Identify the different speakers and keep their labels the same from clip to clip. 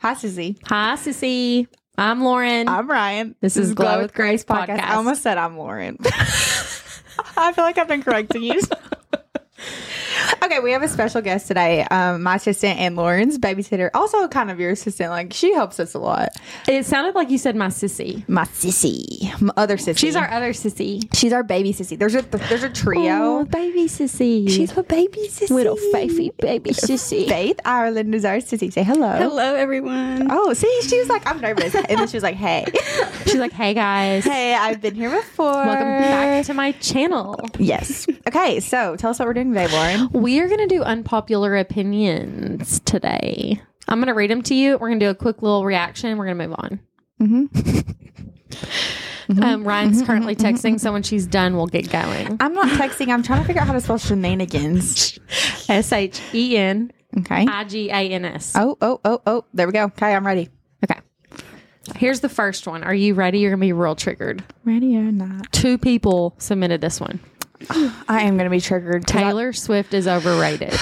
Speaker 1: Hi, Susie.
Speaker 2: Hi, Sissy. I'm Lauren.
Speaker 1: I'm Rryan.
Speaker 2: This is Glow with Grace podcast.
Speaker 1: I almost said I'm Lauren. I feel like I've been correcting you. okay, we have a special guest today. Um, my assistant and Lauren's babysitter, also kind of your assistant. Like she helps us a lot.
Speaker 2: it sounded like you said my sissy.
Speaker 1: My sissy, my other sissy.
Speaker 2: She's our other sissy.
Speaker 1: she's our baby sissy. There's a there's a trio.
Speaker 2: Oh, baby sissy.
Speaker 1: a baby sissy.
Speaker 2: little faithy baby sissy.
Speaker 1: Faith Ireland is our sissy. Say hello.
Speaker 3: Hello, everyone.
Speaker 1: Oh, see, she was like, I'm nervous, and then she was like, Hey,
Speaker 2: She's like, hey guys,
Speaker 1: hey, I've been here before.
Speaker 2: welcome back to my channel.
Speaker 1: Yes. Okay, so tell us what we're doing today, Lauren.
Speaker 2: We are going to do unpopular opinions today. I'm going to read them to you. We're going to do a quick little reaction. We're going to move on. Um, Ryan's currently texting, so when she's done, we'll get going.
Speaker 1: I'm not texting. I'm trying to figure out how to spell shenanigans.
Speaker 2: S H E N
Speaker 1: Okay.
Speaker 2: I G A N S.
Speaker 1: Oh, oh, oh, oh. There we go. Okay, I'm ready.
Speaker 2: Okay. Here's the first one. Are you ready? You're going to be real triggered.
Speaker 1: Ready or not?
Speaker 2: Two people submitted this one.
Speaker 1: I am going to be triggered.
Speaker 2: Taylor Swift is overrated.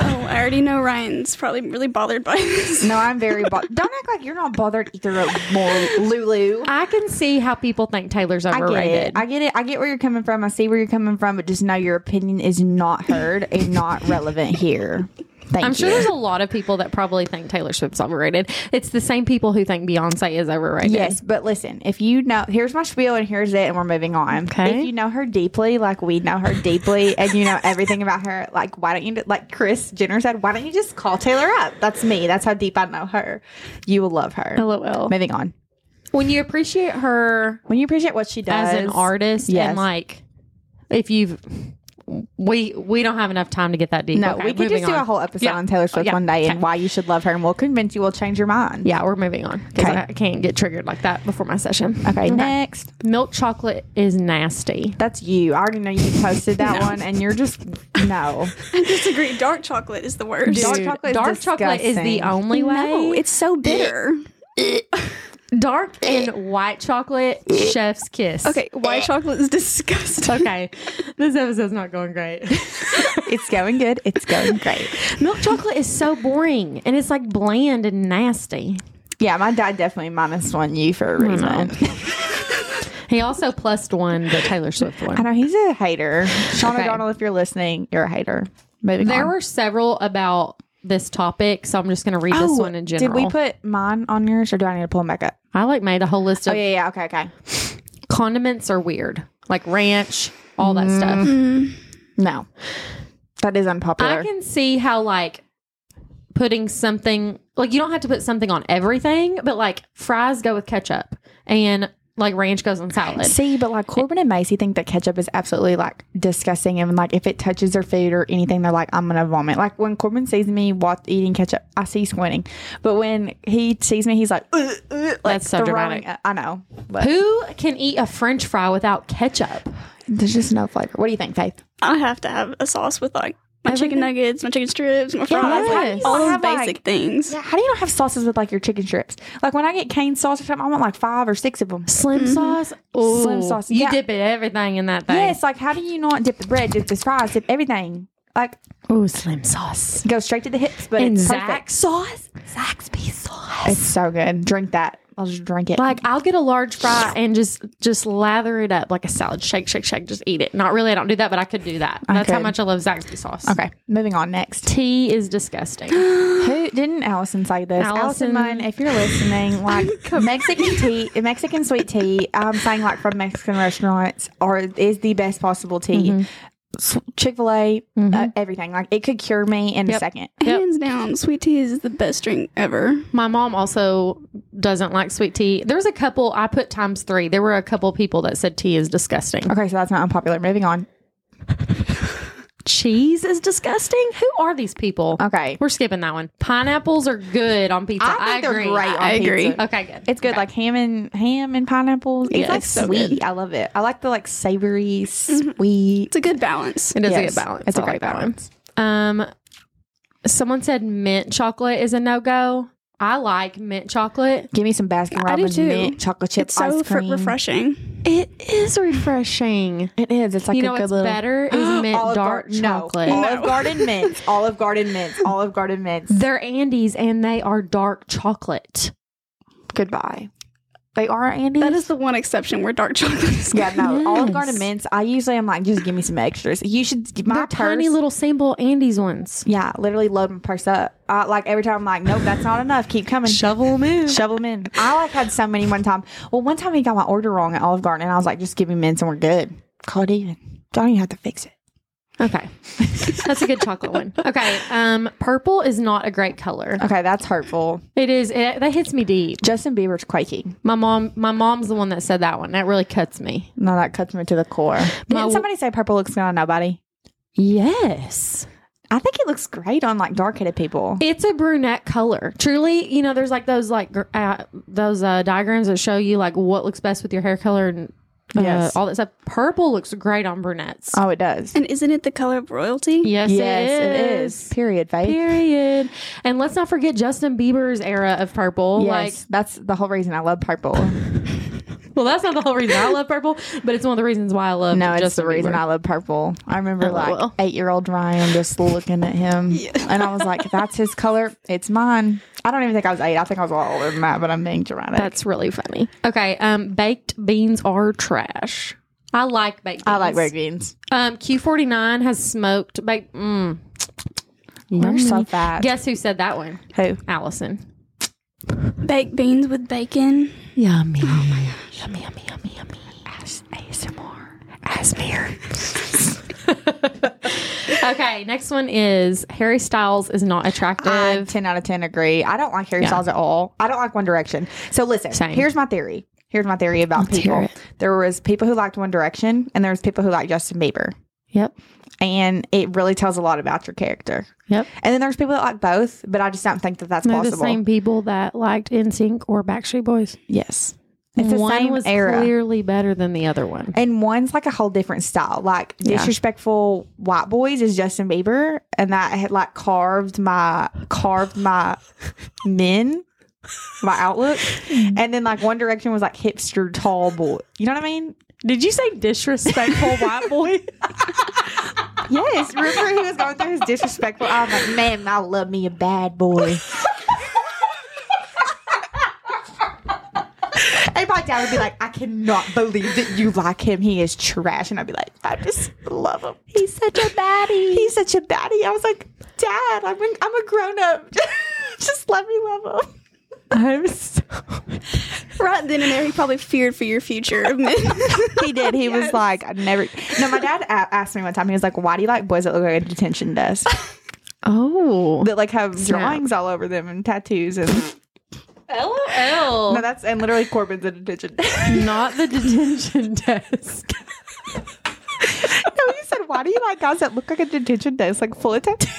Speaker 3: Oh, I already know Ryan's probably really bothered by this.
Speaker 1: No, I'm very. Bo- Don't act like you're not bothered either. More Lulu.
Speaker 2: I can see how people think Taylor's
Speaker 1: I get
Speaker 2: overrated.
Speaker 1: it. I get it. I get where you're coming from. I see where you're coming from, but just know your opinion is not heard and not relevant here. Thank
Speaker 2: am
Speaker 1: you.
Speaker 2: sure there's a lot of people that probably think Taylor Swift's overrated. It's the same people who think Beyonce is overrated.
Speaker 1: Yes, but listen, if you know, here's my spiel and here's it, and we're moving on.
Speaker 2: Okay.
Speaker 1: If you know her deeply, like we know her deeply, and you know everything about her, like why don't you, like Chris Jenner said, why don't you just call Taylor up? That's me. That's how deep I know her. You will love her.
Speaker 2: LOL.
Speaker 1: Moving on.
Speaker 2: When you appreciate her
Speaker 1: When you appreciate what she does
Speaker 2: as an artist
Speaker 1: Yes.
Speaker 2: and like if you've we we don't have enough time to get that deep.
Speaker 1: no,
Speaker 2: Okay,
Speaker 1: we could
Speaker 2: moving
Speaker 1: just do
Speaker 2: on.
Speaker 1: a whole episode
Speaker 2: Yeah.
Speaker 1: on Taylor Swift
Speaker 2: Yeah.
Speaker 1: one day and
Speaker 2: Okay.
Speaker 1: why you should love her, and we'll convince you. We'll change your mind.
Speaker 2: Yeah, we're moving on because
Speaker 1: Okay.
Speaker 2: I can't get triggered like that before my session.
Speaker 1: Okay, Next,
Speaker 2: Milk chocolate is nasty.
Speaker 1: that's you. I already know you posted that one, and you're just no.
Speaker 3: I disagree. Dark chocolate is the worst.
Speaker 1: Dark chocolate is
Speaker 2: dark chocolate is the
Speaker 1: disgusting.
Speaker 2: only way.
Speaker 3: No, it's so bitter.
Speaker 2: dark
Speaker 1: Eh.
Speaker 2: and white chocolate. chef's kiss.
Speaker 3: Okay, white chocolate is disgusting.
Speaker 2: Okay. this episode's not going great.
Speaker 1: It's going good. It's going great.
Speaker 2: Milk chocolate is so boring and it's like bland and nasty.
Speaker 1: Yeah, my dad definitely minus one you for a reason.
Speaker 2: He also plused one the Taylor Swift
Speaker 1: I
Speaker 2: one.
Speaker 1: know he's a hater. Sean
Speaker 2: Okay.
Speaker 1: O'Donnell, if you're listening, you're a hater. Moving
Speaker 2: There
Speaker 1: on.
Speaker 2: were several about this topic, so I'm just going to read this one in general.
Speaker 1: Oh, Did we put mine on yours, or do I need to pull them back up?
Speaker 2: I like made a whole list
Speaker 1: Oh
Speaker 2: of
Speaker 1: yeah, yeah. Okay, okay.
Speaker 2: condiments are weird, like ranch, all that
Speaker 1: Mm-hmm.
Speaker 2: stuff.
Speaker 1: No, that is
Speaker 2: I
Speaker 1: unpopular.
Speaker 2: can see how like putting something like you don't have to put something on everything, but like fries go with ketchup and like ranch goes on salad.
Speaker 1: see, but like Corbin and Macy think that ketchup is absolutely like disgusting, and like if it touches their food or anything, they're like, I'm gonna vomit. Like when Corbin sees me while eating ketchup, I see squinting, but when he sees me, he's like, "Ugh, ugh," like
Speaker 2: That's so
Speaker 1: throwing-
Speaker 2: dramatic.
Speaker 1: I know, but
Speaker 2: Who can eat a French fry without ketchup?
Speaker 1: there's just no flavor. What do you think, Faith?
Speaker 3: I have to have a sauce with like my chicken nuggets, my chicken strips, my fries,
Speaker 2: like,
Speaker 3: like,
Speaker 2: yes.
Speaker 3: all
Speaker 1: I
Speaker 3: those
Speaker 1: have, like-
Speaker 3: basic things.
Speaker 1: Yeah, how do you not have sauces with like your chicken strips? Like when I get cane sauce or something, I want like five or six of them.
Speaker 2: Slim sauce. Ooh,
Speaker 1: Mm-hmm. Slim sauce,
Speaker 2: You
Speaker 1: yeah.
Speaker 2: dip it everything in that thing.
Speaker 1: Yes, like how do you not dip the bread, dip the fries, dip everything? Like
Speaker 2: Ooh, slim sauce.
Speaker 1: go straight to the hips, but
Speaker 2: And
Speaker 1: it's
Speaker 2: Zach
Speaker 1: perfect.
Speaker 2: sauce. Zaxby sauce.
Speaker 1: It's so good. Drink that. I'll just drink it.
Speaker 2: Like I'll get a large fry and just just lather it up like a salad. Shake, shake, shake. Just eat it. Not really. I don't do that, but I could do that. That's how
Speaker 1: could.
Speaker 2: much I love Zaxby sauce.
Speaker 1: okay, moving on next.
Speaker 2: Tea is disgusting.
Speaker 1: Who didn't Allison say this? Allison,
Speaker 2: Allison-
Speaker 1: Munn, if you're listening, like Mexican tea, Mexican sweet tea. I'm saying like from Mexican restaurants, or is the best possible
Speaker 2: Mm-hmm.
Speaker 1: tea. Chick Fil A, uh, everything. Like it could cure me in a
Speaker 2: Yep.
Speaker 1: second.
Speaker 2: Yep.
Speaker 3: Hands down, sweet tea is the best drink ever.
Speaker 2: My mom also doesn't like sweet tea. There was a couple I put times three. There were a couple people that said tea is disgusting.
Speaker 1: Okay, so that's not unpopular. Moving on.
Speaker 2: Cheese is disgusting. Who are these people?
Speaker 1: Okay.
Speaker 2: we're skipping that one. Pineapples are good on pizza. I,
Speaker 1: I think
Speaker 2: agree.
Speaker 1: they're great. on
Speaker 3: I agree.
Speaker 1: pizza.
Speaker 2: Okay, good.
Speaker 1: It's good, like ham and ham and pineapples. It's
Speaker 3: Yeah,
Speaker 1: like
Speaker 3: it's so
Speaker 1: sweet.
Speaker 3: good.
Speaker 1: I love it. I like the like savory, sweet.
Speaker 3: It's a good balance.
Speaker 2: it is a
Speaker 1: Yes.
Speaker 2: good balance.
Speaker 1: Mm-hmm. It's a
Speaker 2: I
Speaker 1: great
Speaker 2: like that one.
Speaker 1: balance.
Speaker 2: Um, someone said mint chocolate is a no go. I like mint chocolate.
Speaker 1: Give me some Baskin
Speaker 3: I do
Speaker 1: Robbins
Speaker 3: too.
Speaker 1: mint chocolate chip
Speaker 3: It's
Speaker 1: ice
Speaker 3: so fr-
Speaker 1: cream.
Speaker 3: refreshing.
Speaker 2: It is refreshing.
Speaker 1: It is. It's like
Speaker 2: you
Speaker 1: a
Speaker 2: know
Speaker 1: good
Speaker 2: what's
Speaker 1: little
Speaker 2: better is mint
Speaker 1: Olive
Speaker 2: dark
Speaker 1: Gar-
Speaker 2: chocolate.
Speaker 1: No. Olive Garden mints. Olive Garden mints. Olive Garden mints.
Speaker 2: They're Andes and they are dark chocolate.
Speaker 1: Goodbye. They are Andy.
Speaker 3: That is the one exception where dark chocolate is.
Speaker 1: yeah, no. Olive
Speaker 2: Yes.
Speaker 1: Garden mints. I usually am like, just give me some extras. You should. My
Speaker 2: They're
Speaker 1: purse,
Speaker 2: tiny little sample Andes ones.
Speaker 1: Yeah, literally load my purse up. I, like every time I'm like, nope, that's not enough. Keep coming.
Speaker 2: Shovel them in.
Speaker 1: Shovel them in. I like had so many one time. Well, one time he got my order wrong at Olive Garden, and I was like, just give me mints and we're good. Call it even. Don't even have to fix it.
Speaker 2: Okay. That's a good chocolate one. Okay. Um, purple is not a great color.
Speaker 1: Okay, that's hurtful.
Speaker 2: It is. It, that hits me deep.
Speaker 1: Justin Bieber's quaking.
Speaker 2: My mom. My mom's the one that said that one. That really cuts me.
Speaker 1: No, that cuts me to the core.
Speaker 2: My-
Speaker 1: Didn't somebody say purple looks good on nobody?
Speaker 2: Yes.
Speaker 1: I think it looks great on like dark headed people.
Speaker 2: It's a brunette color. Truly, you know, there's like those like gr- uh, those uh, diagrams that show you like what looks best with your hair color and uh,
Speaker 1: Yes.
Speaker 2: all that stuff. Purple looks great on brunettes.
Speaker 1: Oh, it does.
Speaker 3: And isn't it the color of royalty?
Speaker 2: Uh, yes,
Speaker 1: it is. Period, Faith.
Speaker 2: Period. And let's not forget Justin Bieber's era of purple.
Speaker 1: Yes,
Speaker 2: Like,
Speaker 1: that's the whole reason I love purple.
Speaker 2: well, that's not the whole reason I love purple, but it's one of the reasons why I love.
Speaker 1: no, it's
Speaker 2: Justin
Speaker 1: the reason
Speaker 2: Bieber. Oh,
Speaker 1: I love purple. I remember like
Speaker 2: LOL.
Speaker 1: eight year old Ryan just looking at him, and I was like, "That's his color. It's mine." I don't even think I was eight. I think I was a lot older than that, but I'm being dramatic.
Speaker 2: That's really funny. Okay, um, baked beans are trash. I like baked. beans.
Speaker 1: I like baked beans.
Speaker 2: Um, Q forty nine has smoked baked. Mm.
Speaker 1: You're so fat.
Speaker 2: Guess who said that one?
Speaker 1: Who?
Speaker 2: Allison.
Speaker 3: Baked beans with bacon.
Speaker 2: Yummy. Oh my gosh. Yummy, yummy, yummy, yummy.
Speaker 1: ASMR.
Speaker 2: Okay, next one is Harry Styles is not
Speaker 1: I,
Speaker 2: attractive.
Speaker 1: 10 out of 10 agree. I don't like Harry
Speaker 2: Yeah.
Speaker 1: Styles at all. I don't like One Direction. So listen,
Speaker 2: Same.
Speaker 1: here's my theory. Here's my thery about
Speaker 2: hear
Speaker 1: people.
Speaker 2: it.
Speaker 1: There was people who liked One Direction and there was people who liked Justin Bieber.
Speaker 2: yep.
Speaker 1: And it really tells a lot about your character.
Speaker 2: Yep.
Speaker 1: And then there's people that like both, but I just don't think that that's
Speaker 2: They're
Speaker 1: possible.
Speaker 2: the same people that liked NSYNC or Backstreet Boys.
Speaker 1: Yes. It's the
Speaker 2: one
Speaker 1: same
Speaker 2: was
Speaker 1: era.
Speaker 2: clearly better than the other one.
Speaker 1: And one's like a whole different style. Like disrespectful white boys is Justin Bieber, and that had like carved my carved my men, my outlook.
Speaker 2: Mm.
Speaker 1: And then like One Direction was like hipster tall boy. You know what I mean?
Speaker 2: Did you say disrespectful white boy?
Speaker 1: Yes. Remember he was going through his disrespectful. I was like, man, I love me a bad boy. And my dad would be like, I cannot believe that you like him. He is trash. And I'd be like, I just love him.
Speaker 2: He's such a baddie.
Speaker 1: He's such a baddie. I was like, Dad, I'm a, I'm a grown up. just let me love him.
Speaker 2: I'm so
Speaker 3: Right then and there, he probably feared for your future.
Speaker 1: He did. He was
Speaker 3: Yes.
Speaker 1: like, I never. No, my dad a- asked me one time. He was like, Why do you like boys that look like a detention desk
Speaker 2: Oh.
Speaker 1: that like have
Speaker 2: Snap.
Speaker 1: drawings all over them and tattoos and
Speaker 2: LOL.
Speaker 1: no, that's and literally Corbin's a detention desk.
Speaker 2: Not the detention desk.
Speaker 1: no, he said, Why do you like guys that look like a detention desk, like full of tattoos?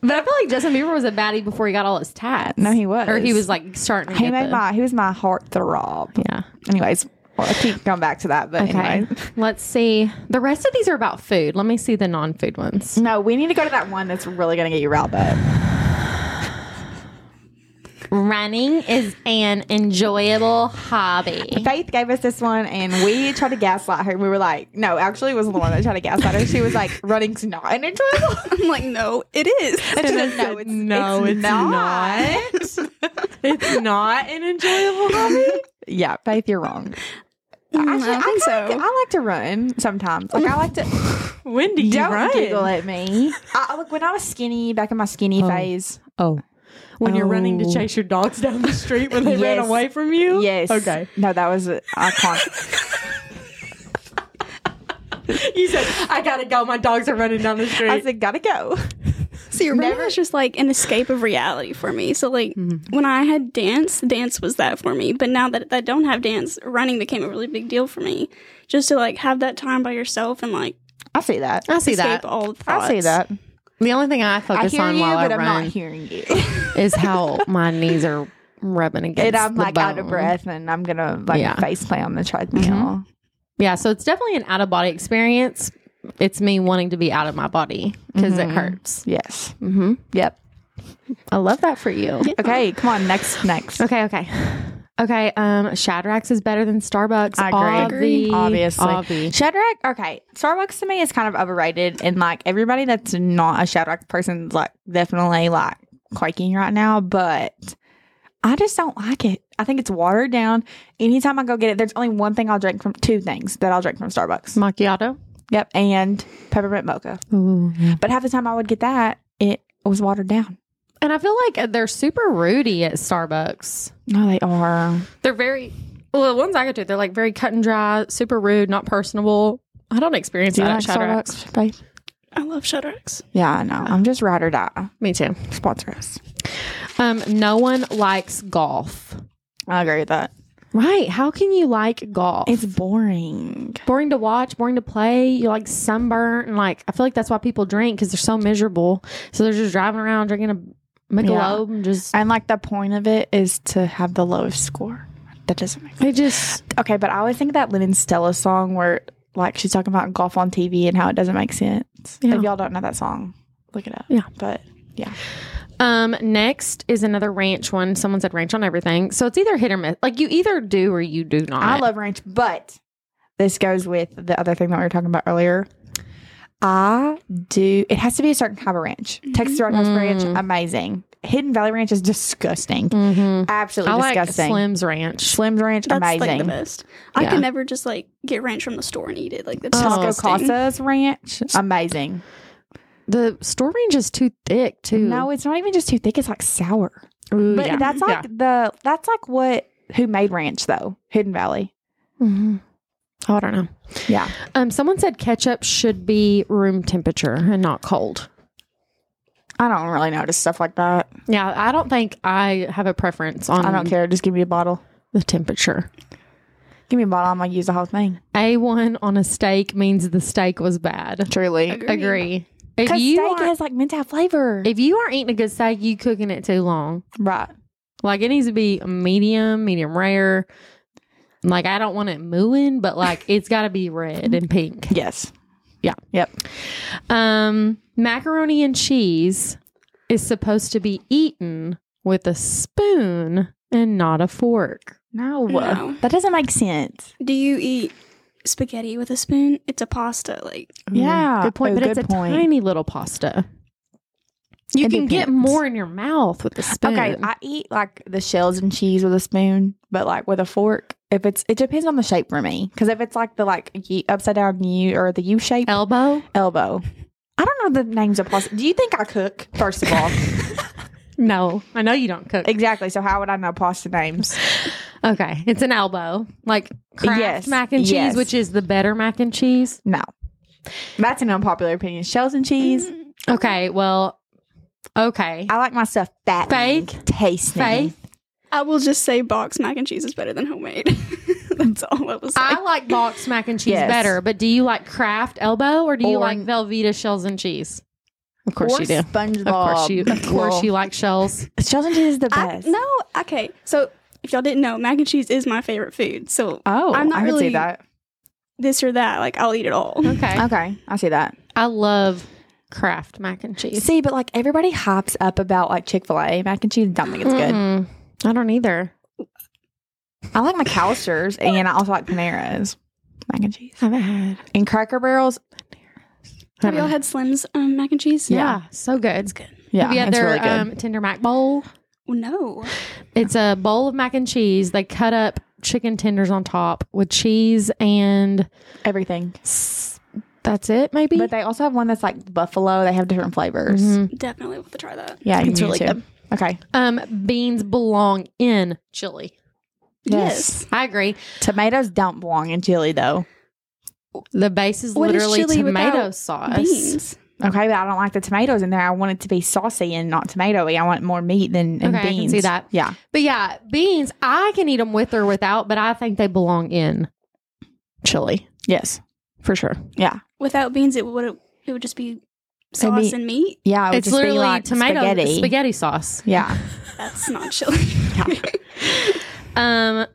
Speaker 2: But I feel like Justin Bieber was a baddie before he got all his tats.
Speaker 1: No, he was.
Speaker 2: Or he was like starting to
Speaker 1: he
Speaker 2: get
Speaker 1: made
Speaker 2: the-
Speaker 1: my he was my heart throb.
Speaker 2: Yeah.
Speaker 1: Anyways, well, I keep going back to that, but
Speaker 2: Okay.
Speaker 1: anyway.
Speaker 2: Let's see. The rest of these are about food. Let me see the non food ones.
Speaker 1: No, we need to go to that one that's really gonna get you riled up.
Speaker 2: Running is an enjoyable hobby.
Speaker 1: Faith gave us this one, and we tried to gaslight her. We were like, "No, actually, it was the one that tried to gaslight her." She was like, "Running's not an enjoyable."
Speaker 3: I'm like, no, it is.
Speaker 1: And she said, "No, it's, it's not.
Speaker 2: it's not an enjoyable hobby.
Speaker 1: Yeah, Faith, you're wrong.
Speaker 3: Mm,
Speaker 1: Actually,
Speaker 3: I
Speaker 1: I,
Speaker 3: don't think
Speaker 1: kinda-
Speaker 3: so.
Speaker 1: I like to run sometimes. Like I like to.
Speaker 2: When do you
Speaker 1: Don't
Speaker 2: run?
Speaker 1: giggle at me. I, I- look, when I was skinny, back in my skinny phase,
Speaker 2: Oh. When you're running to
Speaker 1: Oh.
Speaker 2: chase your dogs down the street when they ran
Speaker 1: Yes.
Speaker 2: away from you?
Speaker 1: yes,
Speaker 2: Okay.
Speaker 1: no, that was uh, iconic.
Speaker 2: You said, I gotta go. My dogs are running down the street.
Speaker 1: I said, "Gotta go."
Speaker 3: So your running was just like an escape of reality for me. So like
Speaker 2: Mm-hmm.
Speaker 3: when I had dance, dance was that for me. But now that I don't have dance, running became a really big deal for me. Just to like have that time by yourself and like
Speaker 1: I see that.
Speaker 2: I see
Speaker 3: escape
Speaker 2: that.
Speaker 3: all the thoughts.
Speaker 1: I see that.
Speaker 2: The only thing I
Speaker 1: I
Speaker 2: focus
Speaker 1: hear
Speaker 2: on
Speaker 1: you,
Speaker 2: while I
Speaker 1: but I'm not
Speaker 2: run
Speaker 1: hearing you.
Speaker 2: is how my knees are rubbing against
Speaker 1: and I'm
Speaker 2: the
Speaker 1: like
Speaker 2: bone.
Speaker 1: out of breath, and I'm gonna like
Speaker 2: Yeah.
Speaker 1: face play on the treadmill.
Speaker 2: Yeah, so it's definitely an out of body experience. It's me wanting to be out of my body because
Speaker 1: Mm-hmm.
Speaker 2: it hurts.
Speaker 1: Yes.
Speaker 2: Mm-hmm.
Speaker 1: Yep.
Speaker 2: I love that for you.
Speaker 1: Okay. Come on. Next. Next.
Speaker 2: Okay, okay. Okay, um, Shadracks is better than Starbucks.
Speaker 1: I agree.
Speaker 2: Obvi-
Speaker 1: Obviously.
Speaker 2: Obvi.
Speaker 1: Shadrach, okay. Starbucks to me is kind of overrated, and like everybody that's not a Shadrach person's like definitely like quaking right now, but I just don't like it. I think it's watered down. Anytime I go get it, there's only one thing I'll drink from two things that I'll drink from Starbucks.
Speaker 2: Macchiato.
Speaker 1: Yep, and peppermint mocha.
Speaker 2: Ooh,
Speaker 1: But half the time I would get that, it was watered down.
Speaker 2: And I feel like they're super rooty at Starbucks.
Speaker 1: No, they are.
Speaker 2: They're very well. The ones I go to, they're like very cut and dry, super rude, not personable. I don't experience
Speaker 1: Do you
Speaker 2: that
Speaker 1: like
Speaker 2: at Shadracks.
Speaker 1: Starbucks, babe?
Speaker 3: I love Shutterx.
Speaker 1: Yeah, I know. I'm just ride or die.
Speaker 2: Me too.
Speaker 1: Sponsor us.
Speaker 2: Um, no one likes golf.
Speaker 1: I agree with that.
Speaker 2: Right? How can you like golf?
Speaker 1: It's boring.
Speaker 2: boring to watch, boring to play. You like sunburn, and like I feel like that's why people drink because they're so miserable. So they're just driving around drinking a Michelob and just
Speaker 1: And like the point of it is to have the lowest score. That doesn't make sense.
Speaker 2: they just
Speaker 1: Okay, but I always think of that Lennon Stella song where like she's talking about golf on TV and how it doesn't make sense.
Speaker 2: Yeah.
Speaker 1: If y'all don't know that song, look it up.
Speaker 2: Yeah.
Speaker 1: But
Speaker 2: um. Next is another ranch one. Someone said ranch on everything, so it's either hit or miss. Like you either do or you do not.
Speaker 1: I love ranch, but this goes with the other thing that we were talking about earlier. I do it has to be a certain type of ranch.
Speaker 3: Mm-hmm.
Speaker 1: Texas Roadhouse Ranch,
Speaker 2: Mm.
Speaker 1: amazing. Hidden Valley Ranch is disgusting.
Speaker 2: Mhm.
Speaker 1: Absolutely
Speaker 2: I like
Speaker 1: disgusting.
Speaker 2: Slim's Ranch.
Speaker 1: Slim's Ranch,
Speaker 3: That's
Speaker 1: amazing.
Speaker 3: like the best. I
Speaker 2: Yeah.
Speaker 3: can never just like get ranch from the store and eat it. Like that's
Speaker 2: Oh.
Speaker 1: Tosco
Speaker 3: disgusting.
Speaker 1: Casa's Ranch, amazing.
Speaker 2: The store range is too thick too.
Speaker 1: No, it's not even just too thick. It's like sour.
Speaker 2: Ooh,
Speaker 1: But
Speaker 2: yeah.
Speaker 1: that's like the that's like what who made ranch though Hidden Valley.
Speaker 2: Mhm. Oh, I don't know.
Speaker 1: Yeah,
Speaker 2: Um, someone said ketchup should be room temperature and not cold.
Speaker 1: I don't really notice stuff like that.
Speaker 2: Yeah, I don't think I have a preference on
Speaker 1: I don't care. Just give me a bottle.
Speaker 2: the temperature.
Speaker 1: Give me a bottle. I'm gonna use the whole thing.
Speaker 2: A1 on a steak means the steak was bad.
Speaker 1: Truly,
Speaker 3: Agreed.
Speaker 2: Agree. If
Speaker 1: because
Speaker 2: you,
Speaker 1: steak
Speaker 2: aren't-
Speaker 1: has like mint out flavor.
Speaker 2: if you aren't eating a good steak, you cooking it too long.
Speaker 1: right.
Speaker 2: Like it needs to be medium, medium rare. Like I don't want it mooing, but like it's got to be red and pink.
Speaker 1: Yes.
Speaker 2: Yeah.
Speaker 1: Yep.
Speaker 2: Um, macaroni and cheese is supposed to be eaten with a spoon and not a fork.
Speaker 1: No,
Speaker 3: No.
Speaker 1: that doesn't make sense.
Speaker 3: Do you eat spaghetti with a spoon? It's a pasta. Like
Speaker 1: Yeah.
Speaker 2: Mm-hmm. good point.
Speaker 1: Oh,
Speaker 2: but
Speaker 1: good
Speaker 2: it's Uh, a
Speaker 1: point.
Speaker 2: tiny little pasta. You
Speaker 1: It
Speaker 2: can get
Speaker 1: depends.
Speaker 2: more in your mouth with the spoon.
Speaker 1: Okay, I eat like the shells and cheese with a spoon, but like with a fork. If it's, it depends on the shape for me. Because if it's like the like y- upside down U or the U shape,
Speaker 2: elbow.
Speaker 1: elbow. I don't know the names of pasta. Do you think I cook? First of all,
Speaker 2: No, I know you don't cook.
Speaker 1: exactly. So how would I know pasta names?
Speaker 2: Okay, it's an elbow, like Kraft
Speaker 1: Yes,
Speaker 2: mac and cheese,
Speaker 1: yes.
Speaker 2: which is the better mac and cheese.
Speaker 1: No, that's an unpopular opinion. Shells and cheese.
Speaker 2: Okay, well, okay,
Speaker 1: I like my stuff fat,
Speaker 2: Fake.
Speaker 1: tasting.
Speaker 2: Faith.
Speaker 3: I will just say box mac and cheese is better than homemade. that's all I was saying.
Speaker 2: I like box mac and cheese
Speaker 1: Yes.
Speaker 2: better, but do you like Kraft elbow or do you
Speaker 1: Or-
Speaker 2: like Velveeta shells and cheese? Of
Speaker 1: or SpongeBob.
Speaker 2: Of course you. Of course you like shells.
Speaker 1: Shells and cheese is the
Speaker 3: I,
Speaker 1: best.
Speaker 3: no, okay. So if y'all didn't know, mac and cheese is my favorite food. So
Speaker 1: Oh,
Speaker 3: I'm not
Speaker 1: I could see
Speaker 3: really-
Speaker 1: that.
Speaker 3: this or that, like I'll eat it all.
Speaker 2: Okay,
Speaker 1: Okay, I see that.
Speaker 2: I love Kraft mac and cheese.
Speaker 1: See, but like everybody hops up about like Chick Fil A mac and cheese. Don't think it's good.
Speaker 2: Mm-mm. I don't either.
Speaker 1: I like McAllister's, and I also like Panera's mac and cheese.
Speaker 2: Haven't had.
Speaker 1: And Cracker Barrels.
Speaker 3: Have y'all had Slim's um, mac and cheese?
Speaker 2: Yeah, so good. It's good.
Speaker 1: Yeah,
Speaker 2: Have you had
Speaker 1: it's
Speaker 2: their
Speaker 1: really good.
Speaker 2: um, Tender Mac Bowl?
Speaker 3: Well, no.
Speaker 2: It's a bowl of mac and cheese. They cut up chicken tenders on top with cheese and
Speaker 1: Everything.
Speaker 2: s- that's it. Maybe
Speaker 1: But they also have one that's like buffalo. They have different flavors.
Speaker 2: Mhm.
Speaker 3: Definitely have to try that.
Speaker 1: Yeah, you
Speaker 3: It's
Speaker 1: need
Speaker 3: really
Speaker 1: to.
Speaker 3: good.
Speaker 1: Okay.
Speaker 2: um, beans belong in chili.
Speaker 1: Yes.
Speaker 2: I agree.
Speaker 1: Tomatoes don't belong in chili though.
Speaker 2: The base is
Speaker 3: What is
Speaker 2: literally
Speaker 3: chili
Speaker 2: tomato
Speaker 3: without
Speaker 2: sauce.
Speaker 3: Beans.
Speaker 1: Okay, but I don't like the tomatoes in there. I want it to be saucy and not tomatoey. I want more meat than and
Speaker 2: Okay, I can
Speaker 1: beans.
Speaker 2: see that.
Speaker 1: Yeah.
Speaker 2: But yeah, beans. I can eat them with or without, but I think they belong in chili
Speaker 1: Yes.
Speaker 2: for sure.
Speaker 1: Yeah.
Speaker 3: Without beans, it would it would just be sauce
Speaker 1: meat.
Speaker 3: and meat.
Speaker 1: Yeah. It would
Speaker 2: it's
Speaker 1: just be
Speaker 2: literally
Speaker 1: like
Speaker 2: tomato
Speaker 1: spaghetti.
Speaker 2: spaghetti sauce.
Speaker 1: Yeah.
Speaker 3: That's not chili.
Speaker 2: Um,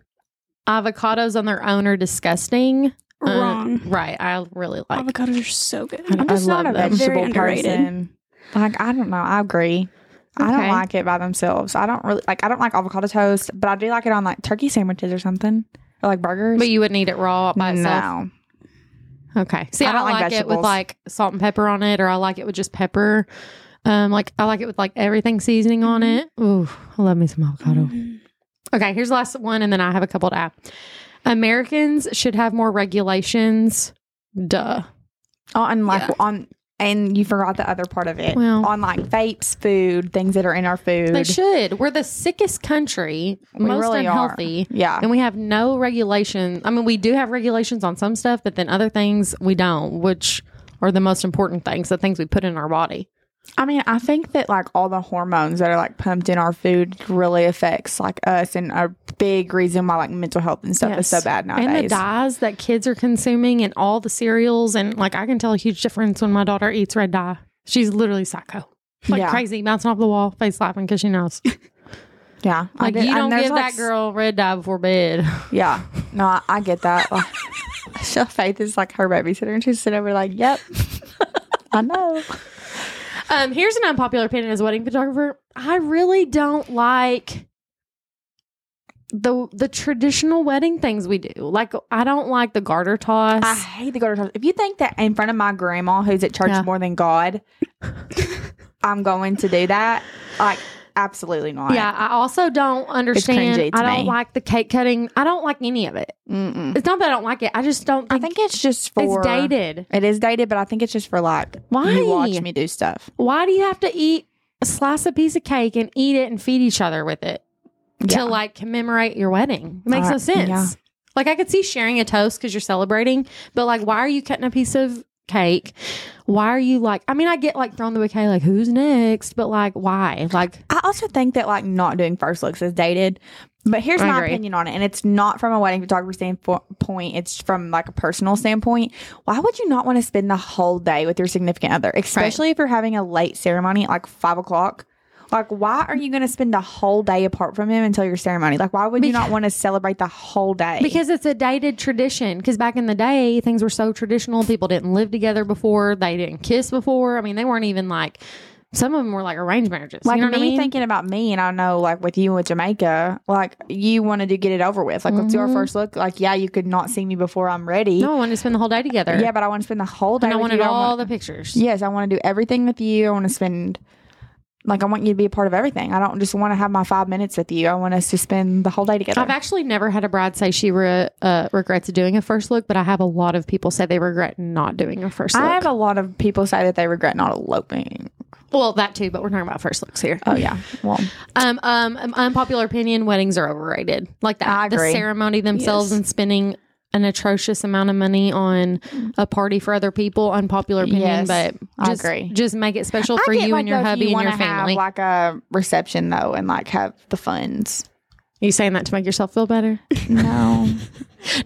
Speaker 2: avocados on their own are disgusting. Uh,
Speaker 3: Wrong.
Speaker 2: right. I really like.
Speaker 3: Avocados are so good.
Speaker 2: I
Speaker 1: I'm just
Speaker 2: love
Speaker 1: not a
Speaker 2: them.
Speaker 3: Very
Speaker 1: vegetable
Speaker 3: underrated.
Speaker 1: person. Like I don't know. I agree. I don't
Speaker 2: Okay.
Speaker 1: like it by themselves. I don't really like. I don't like avocado toast, but I do like it on like turkey sandwiches or something, or like burgers.
Speaker 2: But you wouldn't eat it raw by itself.
Speaker 1: no,
Speaker 2: Okay. See,
Speaker 1: I
Speaker 2: I,
Speaker 1: don't like
Speaker 2: like, it with
Speaker 1: vegetables.
Speaker 2: like salt and pepper on it, or I like it with just pepper. Um, like I like it with like everything seasoning on it.
Speaker 1: Mm-hmm.
Speaker 2: Ooh, I love me some avocado. Okay, here's the last one, and then I have a couple to add. Americans should have more regulations. Duh.
Speaker 1: on Oh, like
Speaker 3: Yeah.
Speaker 1: on and you forgot the other part of it
Speaker 2: Well-
Speaker 1: on like vapes, food, things that are in our food.
Speaker 2: They should. We're the sickest country,
Speaker 1: We
Speaker 2: most
Speaker 1: really are.
Speaker 2: unhealthy.
Speaker 1: Yeah.
Speaker 2: And we have no regulation. I mean, we do have regulations on some stuff, but then other things we don't, which are the most important things, the things we put in our body.
Speaker 1: I mean, I think that like all the hormones that are like pumped in our food really affects like us and a big reason why like mental health and stuff is so
Speaker 2: Yes.
Speaker 1: bad nowadays.
Speaker 2: And the dyes that kids are consuming and all the cereals. And like, I can tell a huge difference when my daughter eats red dye. She's literally psycho. Like
Speaker 1: Yeah.
Speaker 2: crazy, bouncing off the wall, face laughing because she knows.
Speaker 1: yeah. I
Speaker 2: Like
Speaker 1: did-
Speaker 2: you
Speaker 1: and
Speaker 2: don't
Speaker 1: there's,
Speaker 2: give
Speaker 1: like,
Speaker 2: that girl red dye before bed.
Speaker 1: Yeah. No, I, I get that. Like, Shell Faith is like her babysitter and she's sitting over like, Yep. I know.
Speaker 2: Um, here's an unpopular opinion as a wedding photographer. I really don't like the the traditional wedding things we do. Like I don't like the garter toss.
Speaker 1: I hate the garter toss. If you think that in front of my grandma who's at church
Speaker 2: Yeah.
Speaker 1: more than God, I'm going to do that, like absolutely not.
Speaker 2: yeah, I also don't understand.
Speaker 1: cringy to
Speaker 2: I don't
Speaker 1: me.
Speaker 2: like the cake cutting. I don't like any of it.
Speaker 1: Mm-mm.
Speaker 2: It's not that I don't like it. I just don't
Speaker 1: I
Speaker 2: think,
Speaker 1: think it's just for
Speaker 2: it's dated.
Speaker 1: It is dated, but I think it's just for like
Speaker 2: Why?
Speaker 1: you watch me do stuff.
Speaker 2: Why do you have to eat slice a piece of cake and eat it and feed each other with it
Speaker 1: Yeah.
Speaker 2: to like commemorate your wedding? Makes
Speaker 1: Uh,
Speaker 2: no sense.
Speaker 1: yeah.
Speaker 2: Like I could see sharing a toast because you're celebrating, but like, why are you cutting a piece of cake? Why are you like? I mean, I get like thrown the bouquet, like who's next, but like why? Like
Speaker 1: I also think that like not doing first looks is dated. But here's
Speaker 2: I
Speaker 1: my
Speaker 2: agree.
Speaker 1: opinion on it, and it's not from a wedding photographer standpoint. It's from like a personal standpoint. Why would you not want to spend the whole day with your significant other, especially if you're having a late ceremony at like five o'clock? Like, why are you going to spend the whole day apart from him until your ceremony? Like, why would you not want to celebrate the whole day?
Speaker 2: because it's a dated tradition. Because back in the day, things were so traditional. People didn't live together before. They didn't kiss before. I mean, they weren't even like. Some of them were like arranged marriages.
Speaker 1: like
Speaker 2: you know
Speaker 1: me
Speaker 2: what I mean?
Speaker 1: thinking about me, and I know like with you with Jamaica, like you wanted to get it over with. Like, let's do our
Speaker 2: Mm-hmm.
Speaker 1: first look. Like, yeah, you could not see me before I'm ready.
Speaker 2: No, I want to spend the whole day together.
Speaker 1: Yeah, but I want to spend the whole day.
Speaker 2: and I
Speaker 1: with
Speaker 2: wanted
Speaker 1: you.
Speaker 2: all
Speaker 1: want-
Speaker 2: the pictures.
Speaker 1: Yes, I want to do everything with you. I want to spend, like, I want you to be a part of everything. I don't just want to have my five minutes with you. I want us to spend the whole day together.
Speaker 2: I've actually never had a bride say she re- uh, regrets doing a first look, but I have a lot of people say they regret not doing a first look.
Speaker 1: I have a lot of people say that they regret not eloping.
Speaker 2: well, that too, but we're talking about first looks here.
Speaker 1: Oh yeah, well,
Speaker 2: Um, um, um, unpopular opinion: weddings are overrated. Like that,
Speaker 1: I agree.
Speaker 2: the ceremony themselves
Speaker 3: Yes.
Speaker 2: and spending an atrocious amount of money on a party for other people. Unpopular opinion,
Speaker 1: Yes,
Speaker 2: but
Speaker 1: I
Speaker 2: just,
Speaker 1: agree.
Speaker 2: Just make it special for
Speaker 1: I get,
Speaker 2: you
Speaker 1: like,
Speaker 2: and your
Speaker 1: though, if
Speaker 2: hubby
Speaker 1: you
Speaker 2: and your
Speaker 1: wanna
Speaker 2: family.
Speaker 1: Have, like a reception though, and like have the funds.
Speaker 2: you saying that to make yourself feel better?
Speaker 1: No,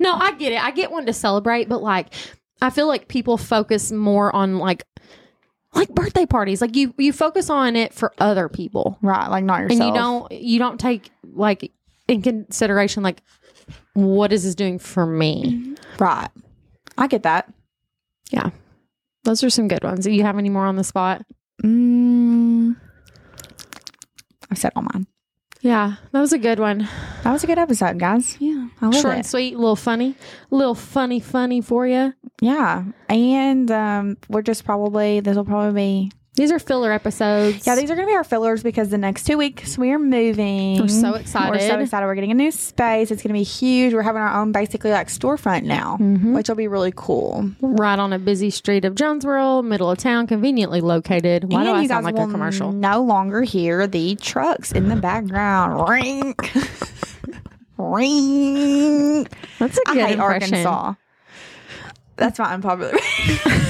Speaker 2: No, I get it. I get one to celebrate, but like I feel like people focus more on like like birthday parties. Like you you focus on it for other people.
Speaker 1: right? Like not
Speaker 2: And
Speaker 1: yourself.
Speaker 2: you don't you don't take like in consideration like what is this doing for me?
Speaker 1: right? I get that.
Speaker 2: Yeah. Those are some good ones. Do you have any more on the spot?
Speaker 1: Mm, I said all mine.
Speaker 2: Yeah, that was a good one.
Speaker 1: That was a good episode, guys.
Speaker 3: Yeah.
Speaker 1: I love
Speaker 2: Short
Speaker 1: it.
Speaker 2: and sweet, little funny, little funny, funny for you.
Speaker 1: Yeah. And um, we're just probably, this will probably be.
Speaker 2: These are filler episodes.
Speaker 1: Yeah, these are going to be our fillers because the next two weeks we are moving.
Speaker 2: Mm-hmm. We're so
Speaker 1: We're so
Speaker 2: excited.
Speaker 1: excited. We're getting a new space. It's going to be huge. We're having our own basically like storefront now,
Speaker 2: Mm-hmm.
Speaker 1: which will be really cool.
Speaker 2: right on a busy street of Jonesboro, middle of town, conveniently located. Why do
Speaker 1: And
Speaker 2: I
Speaker 1: you
Speaker 2: sound
Speaker 1: guys
Speaker 2: like a
Speaker 1: will
Speaker 2: commercial?
Speaker 1: No longer hear the trucks in the background. Ring. Ring.
Speaker 2: That's a
Speaker 1: I
Speaker 2: good
Speaker 1: hate
Speaker 2: impression.
Speaker 1: Arkansas. That's my unpopular.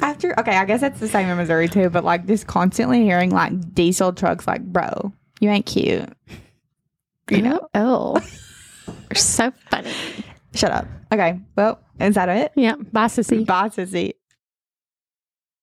Speaker 1: After okay, I guess that's the same in Missouri too, but like just constantly hearing like diesel trucks, like bro, you ain't cute. You know,
Speaker 2: Oh, you're so funny.
Speaker 1: shut up. Okay, well, is that it?
Speaker 2: Yeah, bye, sissy.
Speaker 1: Bye, sissy.